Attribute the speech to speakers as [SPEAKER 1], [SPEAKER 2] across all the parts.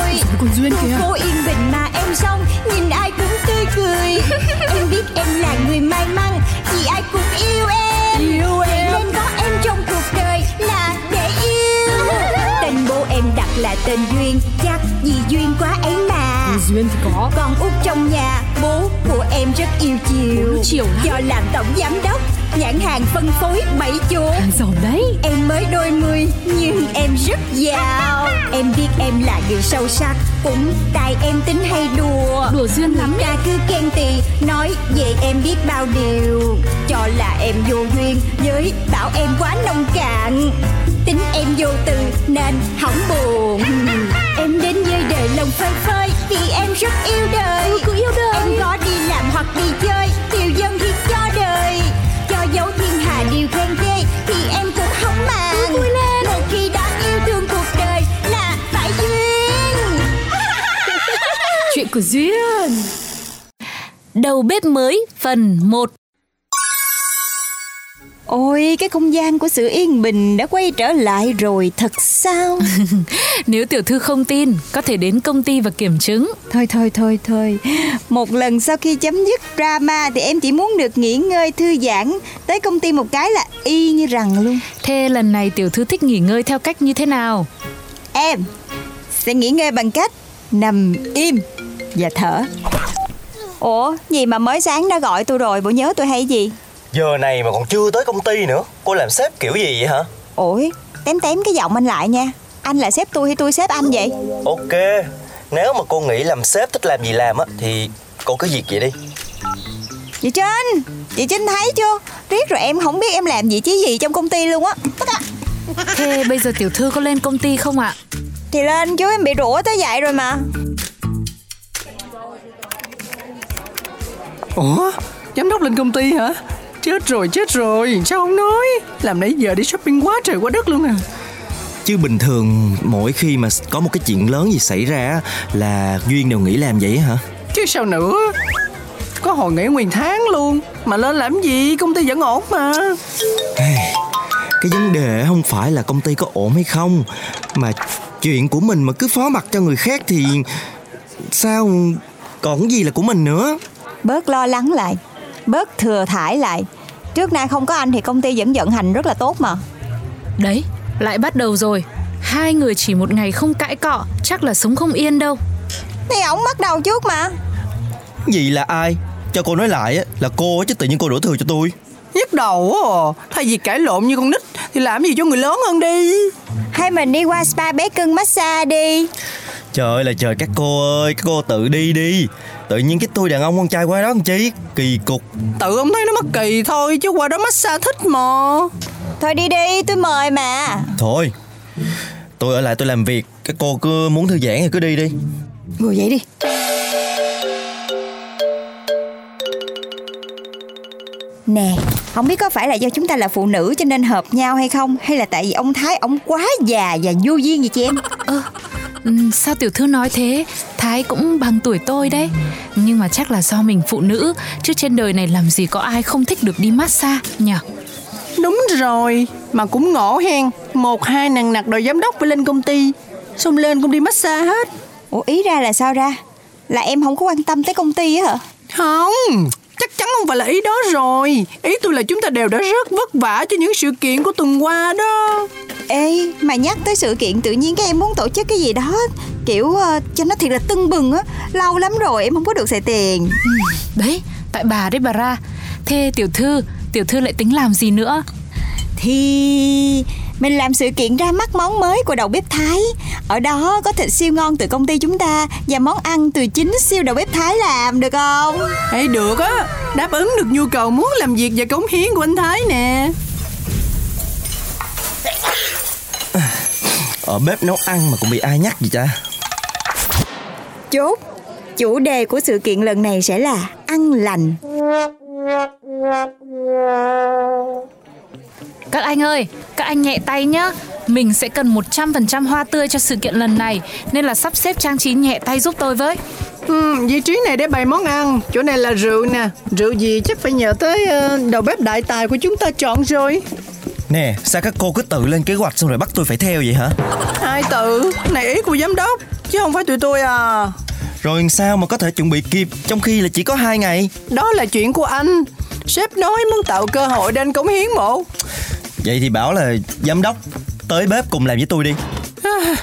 [SPEAKER 1] duyên
[SPEAKER 2] Khu
[SPEAKER 1] kìa
[SPEAKER 2] phố yên bình mà em xong Nhìn ai cũng tươi cười Em biết em là người may mắn Vì ai cũng yêu em
[SPEAKER 1] Yêu
[SPEAKER 2] Vậy
[SPEAKER 1] em.
[SPEAKER 2] nên có em trong cuộc đời Là để yêu Tên bố em đặt là tên Duyên Chắc vì duyên quá ấy mà
[SPEAKER 1] Thì duyên thì có
[SPEAKER 2] Con út trong nhà Bố của em rất yêu
[SPEAKER 1] Bố
[SPEAKER 2] chiều
[SPEAKER 1] nó chiều lắm.
[SPEAKER 2] Do làm tổng giám đốc Nhãn hàng phân phối bảy chỗ
[SPEAKER 1] Hàng giàu đấy
[SPEAKER 2] Em mới đôi mươi nhưng em rất giàu Em biết em là người sâu sắc Cũng tại em tính hay đùa
[SPEAKER 1] Đùa duyên lắm
[SPEAKER 2] Ra cứ khen tì Nói về em biết bao điều Cho là em vô duyên Với bảo em quá nông cạn Tính em vô từ nên hỏng buồn Em đến với đời lòng phơi phới Vì em rất yêu đời
[SPEAKER 1] cứ yêu đời.
[SPEAKER 2] Em có đi làm hoặc đi chơi Điều dân thì cho đời Cho dấu thiên hà điều khen ghê Thì em cũng không màng
[SPEAKER 1] vui lên.
[SPEAKER 2] Một khi đã yêu thương cuộc đời Là phải duyên
[SPEAKER 1] Chuyện của duyên
[SPEAKER 3] Đầu bếp mới phần 1
[SPEAKER 2] Ôi, cái không gian của sự yên bình đã quay trở lại rồi, thật sao?
[SPEAKER 3] Nếu tiểu thư không tin, có thể đến công ty và kiểm chứng
[SPEAKER 2] thôi thôi thôi thôi, một lần sau khi chấm dứt drama thì em chỉ muốn được nghỉ ngơi thư giãn, tới công ty một cái là y như rằng luôn.
[SPEAKER 3] Thế lần này tiểu thư thích nghỉ ngơi theo cách như thế nào?
[SPEAKER 2] Em sẽ nghỉ ngơi bằng cách nằm im và thở. Ủa, gì mà mới sáng đã gọi tôi rồi, bộ nhớ tôi hay gì?
[SPEAKER 4] Giờ này mà còn chưa tới công ty nữa Cô làm sếp kiểu gì vậy hả
[SPEAKER 2] Ủi, tém tém cái giọng anh lại nha. Anh là sếp tôi hay tôi sếp anh vậy?
[SPEAKER 4] Ok Nếu mà cô nghĩ làm sếp thích làm gì làm á Thì cô cứ việc vậy đi
[SPEAKER 2] Chị Trinh, chị Trinh thấy chưa? Riết rồi em không biết em làm vị trí gì trong công ty luôn á. Tất cả.
[SPEAKER 3] Thế bây giờ tiểu thư có lên công ty không ạ?
[SPEAKER 2] Thì lên chứ em bị rủa tới vậy rồi mà.
[SPEAKER 5] Ủa, giám đốc lên công ty hả? Chết rồi, chết rồi, sao không nói? Làm nãy giờ đi shopping quá trời quá đất luôn à. nè.
[SPEAKER 4] Chứ bình thường mỗi khi mà có một cái chuyện lớn gì xảy ra á, Là Duyên đều nghĩ làm vậy hả
[SPEAKER 5] Chứ sao nữa? Có hồi nghỉ nguyên tháng luôn, mà lên làm gì? Công ty vẫn ổn mà.
[SPEAKER 4] Cái vấn đề không phải là công ty có ổn hay không Mà chuyện của mình mà cứ phó mặt cho người khác thì Sao còn gì là của mình nữa
[SPEAKER 2] Bớt lo lắng lại, bớt thừa thải lại. Trước nay không có anh thì công ty vẫn vận hành rất là tốt mà.
[SPEAKER 3] Đấy, lại bắt đầu rồi Hai người chỉ một ngày không cãi cọ Chắc là sống không yên đâu
[SPEAKER 2] Thì ổng bắt đầu trước mà.
[SPEAKER 4] Gì là ai Cho cô nói lại á, là cô á, chứ tự nhiên cô đổ thừa cho tôi
[SPEAKER 5] Nhức đầu quá à. Thay vì cãi lộn như con nít thì làm gì cho người lớn hơn đi.
[SPEAKER 2] Hay mình đi qua spa bé cưng massage đi.
[SPEAKER 4] Trời ơi là trời các cô ơi, các cô tự đi đi Tự nhiên cái tôi đàn ông con trai quá đó con chí Kỳ cục
[SPEAKER 5] Tự ông thấy nó mắc kỳ thôi chứ qua đó massage thích mà.
[SPEAKER 2] Thôi đi đi, tôi mời mà.
[SPEAKER 4] Thôi Tôi ở lại tôi làm việc Các cô cứ muốn thư giãn thì cứ đi đi
[SPEAKER 2] Ngồi vậy đi. Nè, không biết có phải là do chúng ta là phụ nữ cho nên hợp nhau hay không Hay là tại vì ông Thái ông quá già và vô duyên vậy chị em
[SPEAKER 3] Ừm, Sao tiểu thư nói thế? Thái cũng bằng tuổi tôi đấy Nhưng mà chắc là do mình phụ nữ Chứ trên đời này làm gì có ai không thích được đi massage nhỉ?
[SPEAKER 5] Đúng rồi, mà cũng ngộ hen. Một hai nàng nặc đòi giám đốc phải lên công ty. Xong lên công ty massage hết.
[SPEAKER 2] Ủa ý ra là sao ra? Là em không có quan tâm tới công ty á hả?
[SPEAKER 5] Không, chắc chắn không phải là ý đó rồi. Ý tôi là chúng ta đều đã rất vất vả cho những sự kiện của tuần qua đó.
[SPEAKER 2] Ê, mà nhắc tới sự kiện tự nhiên các em muốn tổ chức cái gì đó Kiểu ờ, cho nó thiệt là tưng bừng á Lâu lắm rồi em không có được xài tiền
[SPEAKER 3] Đấy, tại bà đấy bà ra Thế tiểu thư, tiểu thư lại tính làm gì nữa?
[SPEAKER 2] Thì mình làm sự kiện ra mắt món mới của đầu bếp Thái Ở đó có thịt siêu ngon từ công ty chúng ta Và món ăn từ chính siêu đầu bếp Thái làm được không?
[SPEAKER 5] Ê, được á, đáp ứng được nhu cầu muốn làm việc và cống hiến của anh Thái nè.
[SPEAKER 4] Ở bếp nấu ăn mà cũng bị ai nhắc gì cha
[SPEAKER 2] Chốt Chủ đề của sự kiện lần này sẽ là ăn lành
[SPEAKER 3] Các anh ơi, các anh nhẹ tay nhá. Mình sẽ cần 100% hoa tươi cho sự kiện lần này nên là sắp xếp trang trí nhẹ tay giúp tôi với.
[SPEAKER 5] Ừ, vị trí này để bày món ăn, chỗ này là rượu nè. Rượu gì chắc phải nhờ tới ờ, đầu bếp đại tài của chúng ta chọn rồi.
[SPEAKER 4] Nè sao các cô cứ tự lên kế hoạch xong rồi bắt tôi phải theo vậy hả
[SPEAKER 5] Hai tự, này ý của giám đốc, chứ không phải tụi tôi à.
[SPEAKER 4] Rồi sao mà có thể chuẩn bị kịp Trong khi là chỉ có hai ngày
[SPEAKER 5] Đó là chuyện của anh. Sếp nói muốn tạo cơ hội để anh cống hiến mộ.
[SPEAKER 4] Vậy thì bảo là giám đốc Tới bếp cùng làm với tôi đi
[SPEAKER 5] À,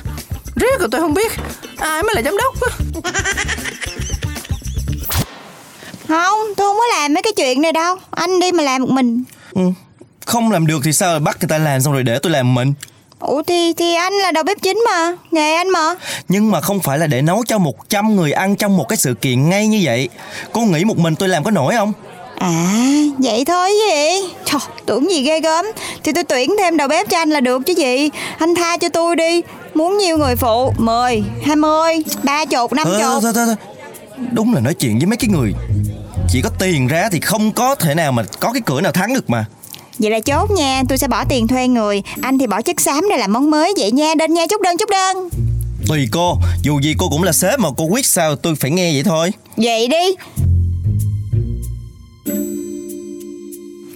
[SPEAKER 5] riết rồi tôi không biết ai mới là giám đốc.
[SPEAKER 2] Không, tôi không có làm mấy cái chuyện này đâu Anh đi mà làm một mình
[SPEAKER 4] ừ. Không làm được thì sao lại bắt người ta làm xong rồi để tôi làm mình
[SPEAKER 2] Ủa thì thì anh là đầu bếp chính mà Nghề anh mà
[SPEAKER 4] Nhưng mà không phải là để nấu cho 100 người ăn trong một cái sự kiện ngay như vậy Cô nghĩ một mình tôi làm có nổi không
[SPEAKER 2] À vậy thôi chứ gì Trời tưởng gì ghê gớm Thì tôi tuyển thêm đầu bếp cho anh là được chứ gì Anh tha cho tôi đi Muốn nhiều người phụ 10, 20, 30, 50
[SPEAKER 4] Thôi, thôi, thôi, thôi, thôi. Đúng là nói chuyện với mấy cái người Chỉ có tiền ra thì không có thể nào mà có cái cửa nào thắng được mà
[SPEAKER 2] Vậy là chốt nha Tôi sẽ bỏ tiền thuê người Anh thì bỏ chất xám để làm món mới Vậy nha Đơn nha chúc đơn chúc đơn
[SPEAKER 4] Tùy cô, dù gì cô cũng là sếp mà cô quyết sao tôi phải nghe vậy thôi
[SPEAKER 2] Vậy đi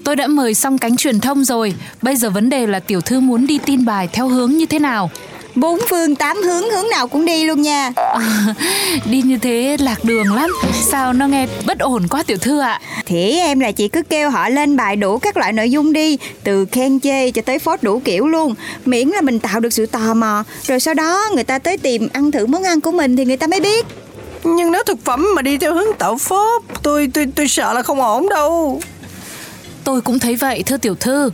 [SPEAKER 3] Tôi đã mời xong cánh truyền thông rồi, bây giờ vấn đề là tiểu thư muốn đi tin bài theo hướng như thế nào.
[SPEAKER 2] Bốn phương tám hướng hướng nào cũng đi luôn nha
[SPEAKER 3] À, đi như thế lạc đường lắm, sao nó nghe bất ổn quá tiểu thư ạ.
[SPEAKER 2] Thì em là chị cứ kêu họ lên bài đủ các loại nội dung đi Từ khen chê cho tới phốt đủ kiểu luôn Miễn là mình tạo được sự tò mò Rồi sau đó người ta tới tìm ăn thử món ăn của mình thì người ta mới biết
[SPEAKER 5] Nhưng nếu thực phẩm mà đi theo hướng tạo phốt, tôi tôi tôi sợ là không ổn đâu.
[SPEAKER 3] Tôi cũng thấy vậy thưa tiểu thư.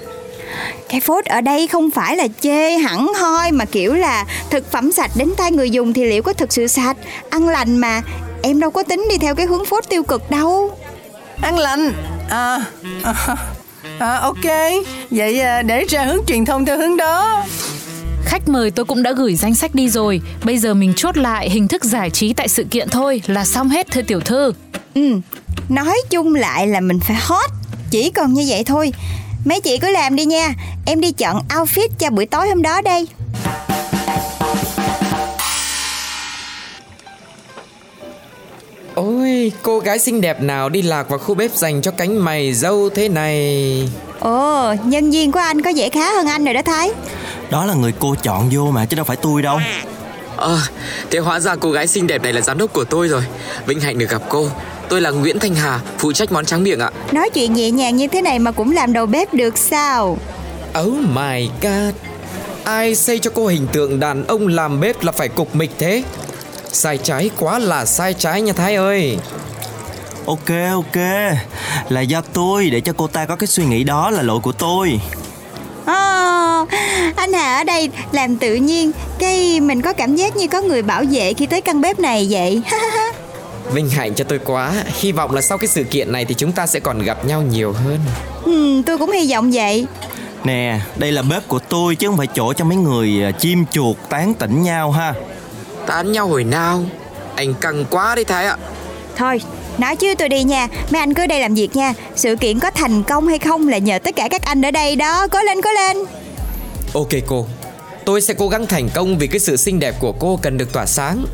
[SPEAKER 2] Cái phốt ở đây không phải là chê hẳn hoi Mà kiểu là thực phẩm sạch đến tay người dùng thì liệu có thực sự sạch Ăn lành mà Em đâu có tính đi theo cái hướng phốt tiêu cực đâu
[SPEAKER 5] Ăn lành. À, à, à ok. Vậy à, để ra hướng truyền thông theo hướng đó.
[SPEAKER 3] Khách mời tôi cũng đã gửi danh sách đi rồi, bây giờ mình chốt lại hình thức giải trí tại sự kiện thôi là xong hết thưa tiểu thư.
[SPEAKER 2] Ừ Nói chung lại là mình phải hot Chỉ còn như vậy thôi Mấy chị cứ làm đi nha Em đi chọn outfit cho buổi tối hôm đó đây
[SPEAKER 6] Ôi, cô gái xinh đẹp nào đi lạc vào khu bếp dành cho cánh mày dâu thế này
[SPEAKER 2] Ồ, nhân viên của anh có vẻ khá hơn anh rồi đó Thái
[SPEAKER 4] Đó là người cô chọn vô mà chứ đâu phải tôi đâu
[SPEAKER 6] Ờ, thế hóa ra cô gái xinh đẹp này là giám đốc của tôi rồi Vinh hạnh được gặp cô Tôi là Nguyễn Thanh Hà, phụ trách món tráng miệng ạ
[SPEAKER 2] Nói chuyện nhẹ nhàng như thế này mà cũng làm đầu bếp được sao
[SPEAKER 6] Oh my god Ai xây cho cô hình tượng đàn ông làm bếp là phải cục mịch thế Sai trái quá là sai trái nha Thái ơi
[SPEAKER 4] Ok ok Là do tôi để cho cô ta có cái suy nghĩ đó là lỗi của tôi
[SPEAKER 2] Ồ, anh Hà ở đây làm tự nhiên Cái mình có cảm giác như có người bảo vệ khi tới căn bếp này vậy
[SPEAKER 6] Vinh hạnh cho tôi quá Hy vọng là sau cái sự kiện này thì chúng ta sẽ còn gặp nhau nhiều hơn
[SPEAKER 2] ừ, Tôi cũng hy vọng vậy
[SPEAKER 4] Nè đây là bếp của tôi chứ không phải chỗ cho mấy người à, chim chuột tán tỉnh nhau ha
[SPEAKER 6] Tán nhau hồi nào Anh căng quá đấy Thái ạ
[SPEAKER 2] Thôi, nói chứ tôi đi nha Mấy anh cứ ở đây làm việc nha Sự kiện có thành công hay không là nhờ tất cả các anh ở đây đó Cố lên, cố lên
[SPEAKER 6] Ok cô, tôi sẽ cố gắng thành công vì cái sự xinh đẹp của cô cần được tỏa sáng.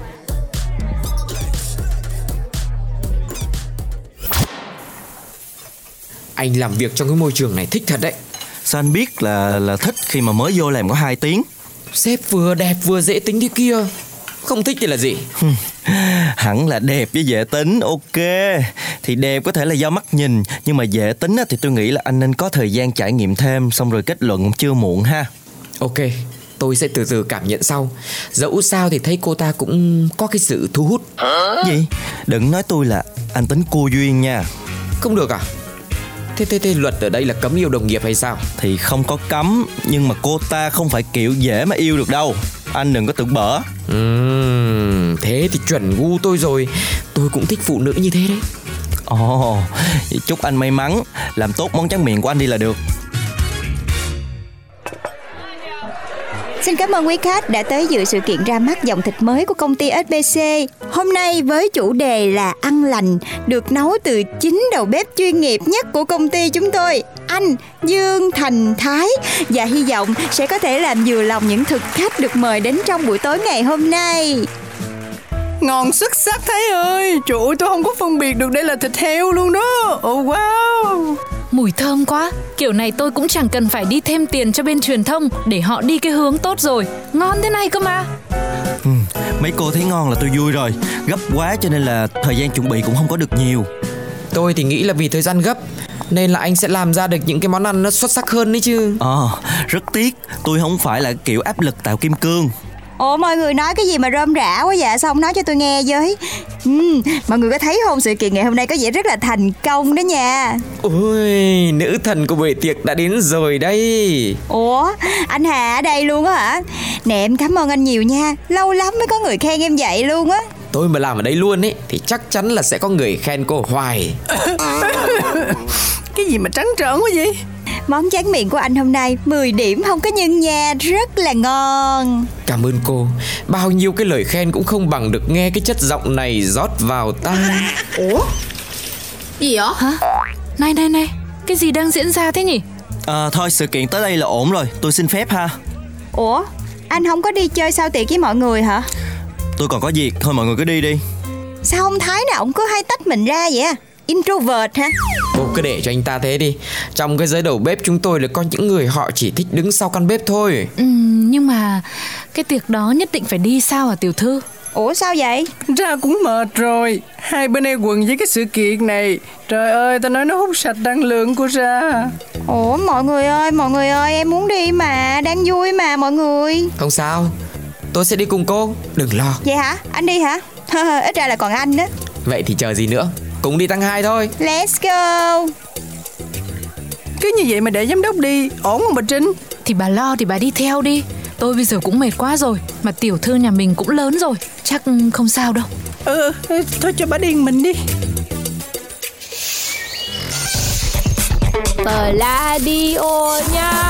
[SPEAKER 6] Anh làm việc trong cái môi trường này thích thật đấy.
[SPEAKER 4] Sao anh biết là là thích khi mà mới vô làm có 2 tiếng
[SPEAKER 6] Sếp vừa đẹp vừa dễ tính thế kia. Không thích thì là gì?
[SPEAKER 4] Hẳn là đẹp với dễ tính Ok Thì đẹp có thể là do mắt nhìn Nhưng mà dễ tính á, thì tôi nghĩ là anh nên có thời gian trải nghiệm thêm Xong rồi kết luận cũng chưa muộn ha
[SPEAKER 6] Ok, tôi sẽ từ từ cảm nhận sau. Dẫu sao thì thấy cô ta cũng có cái sự thu hút.
[SPEAKER 4] Gì? Đừng nói tôi là anh tính cô duyên nha
[SPEAKER 6] Không được à? Thế, thế, thế luật ở đây là cấm yêu đồng nghiệp hay sao?
[SPEAKER 4] Thì không có cấm Nhưng mà cô ta không phải kiểu dễ mà yêu được đâu Anh đừng có tưởng bở
[SPEAKER 6] Ừm, thế thì chuẩn gu tôi rồi Tôi cũng thích phụ nữ như thế đấy
[SPEAKER 4] Ồ vậy Chúc anh may mắn Làm tốt món tráng miệng của anh đi là được
[SPEAKER 2] Xin cảm ơn quý khách đã tới dự sự kiện ra mắt dòng thịt mới của công ty SBC. Hôm nay với chủ đề là ăn lành, được nấu từ chính đầu bếp chuyên nghiệp nhất của công ty chúng tôi, anh Dương Thành Thái và hy vọng sẽ có thể làm vừa lòng những thực khách được mời đến trong buổi tối ngày hôm nay.
[SPEAKER 5] Ngon xuất sắc Thái ơi. Trời ơi, tôi không có phân biệt được đây là thịt heo luôn đó. Oh wow.
[SPEAKER 3] mùi thơm quá Kiểu này tôi cũng chẳng cần phải đi thêm tiền cho bên truyền thông Để họ đi cái hướng tốt rồi Ngon thế này cơ mà
[SPEAKER 4] Ừ, mấy cô thấy ngon là tôi vui rồi Gấp quá cho nên là thời gian chuẩn bị cũng không có được nhiều
[SPEAKER 6] Tôi thì nghĩ là vì thời gian gấp Nên là anh sẽ làm ra được những cái món ăn nó xuất sắc hơn đấy chứ
[SPEAKER 4] Ờ, rất tiếc Tôi không phải là kiểu áp lực tạo kim cương
[SPEAKER 2] Ủa mọi người nói cái gì mà rơm rã quá vậy Sao không nói cho tôi nghe với Ừm, Mọi người có thấy không sự kiện ngày hôm nay có vẻ rất là thành công đó nha
[SPEAKER 6] Ôi, nữ thần của buổi tiệc đã đến rồi đây
[SPEAKER 2] Ủa anh Hà ở đây luôn á hả Nè em cảm ơn anh nhiều nha Lâu lắm mới có người khen em vậy luôn á
[SPEAKER 6] Tôi mà làm ở đây luôn ấy Thì chắc chắn là sẽ có người khen cô hoài
[SPEAKER 5] Cái gì mà trắng trợn quá vậy
[SPEAKER 2] Món tráng miệng của anh hôm nay 10 điểm không có nhân nha Rất là ngon
[SPEAKER 6] Cảm ơn cô Bao nhiêu cái lời khen cũng không bằng được nghe cái chất giọng này rót vào tai
[SPEAKER 1] Gì vậy?
[SPEAKER 3] Hả? Này này này Cái gì đang diễn ra thế nhỉ?
[SPEAKER 4] Ờ, thôi sự kiện tới đây là ổn rồi Tôi xin phép ha
[SPEAKER 2] Ủa anh không có đi chơi sao tiệc với mọi người hả
[SPEAKER 4] Tôi còn có việc, thôi mọi người cứ đi đi
[SPEAKER 2] Sao ông Thái nào ông cứ hay tách mình ra vậy à? Introvert hả
[SPEAKER 6] Cô cứ để cho anh ta thế đi Trong cái giới đầu bếp chúng tôi là có những người họ chỉ thích đứng sau căn bếp thôi
[SPEAKER 3] Ừm, nhưng mà cái tiệc đó nhất định phải đi sao hả tiểu thư?
[SPEAKER 2] Ủa sao vậy
[SPEAKER 5] Ra cũng mệt rồi Hai bên e quần với cái sự kiện này Trời ơi ta nói nó hút sạch năng lượng của ra
[SPEAKER 2] Ủa mọi người ơi mọi người ơi em muốn đi mà Đang vui mà mọi người
[SPEAKER 6] Không sao Tôi sẽ đi cùng cô Đừng lo
[SPEAKER 2] Vậy hả anh đi hả Ít ra là còn anh đó
[SPEAKER 6] Vậy thì chờ gì nữa Cùng đi tăng hai thôi
[SPEAKER 2] Let's go
[SPEAKER 5] Cứ như vậy mà để giám đốc đi Ổn không bà Trinh
[SPEAKER 3] Thì bà lo thì bà đi theo đi Tôi bây giờ cũng mệt quá rồi Mà tiểu thư nhà mình cũng lớn rồi Chắc không sao đâu
[SPEAKER 5] Ừ ừ, thôi cho bà điên mình đi
[SPEAKER 1] Tờ la đi ô nha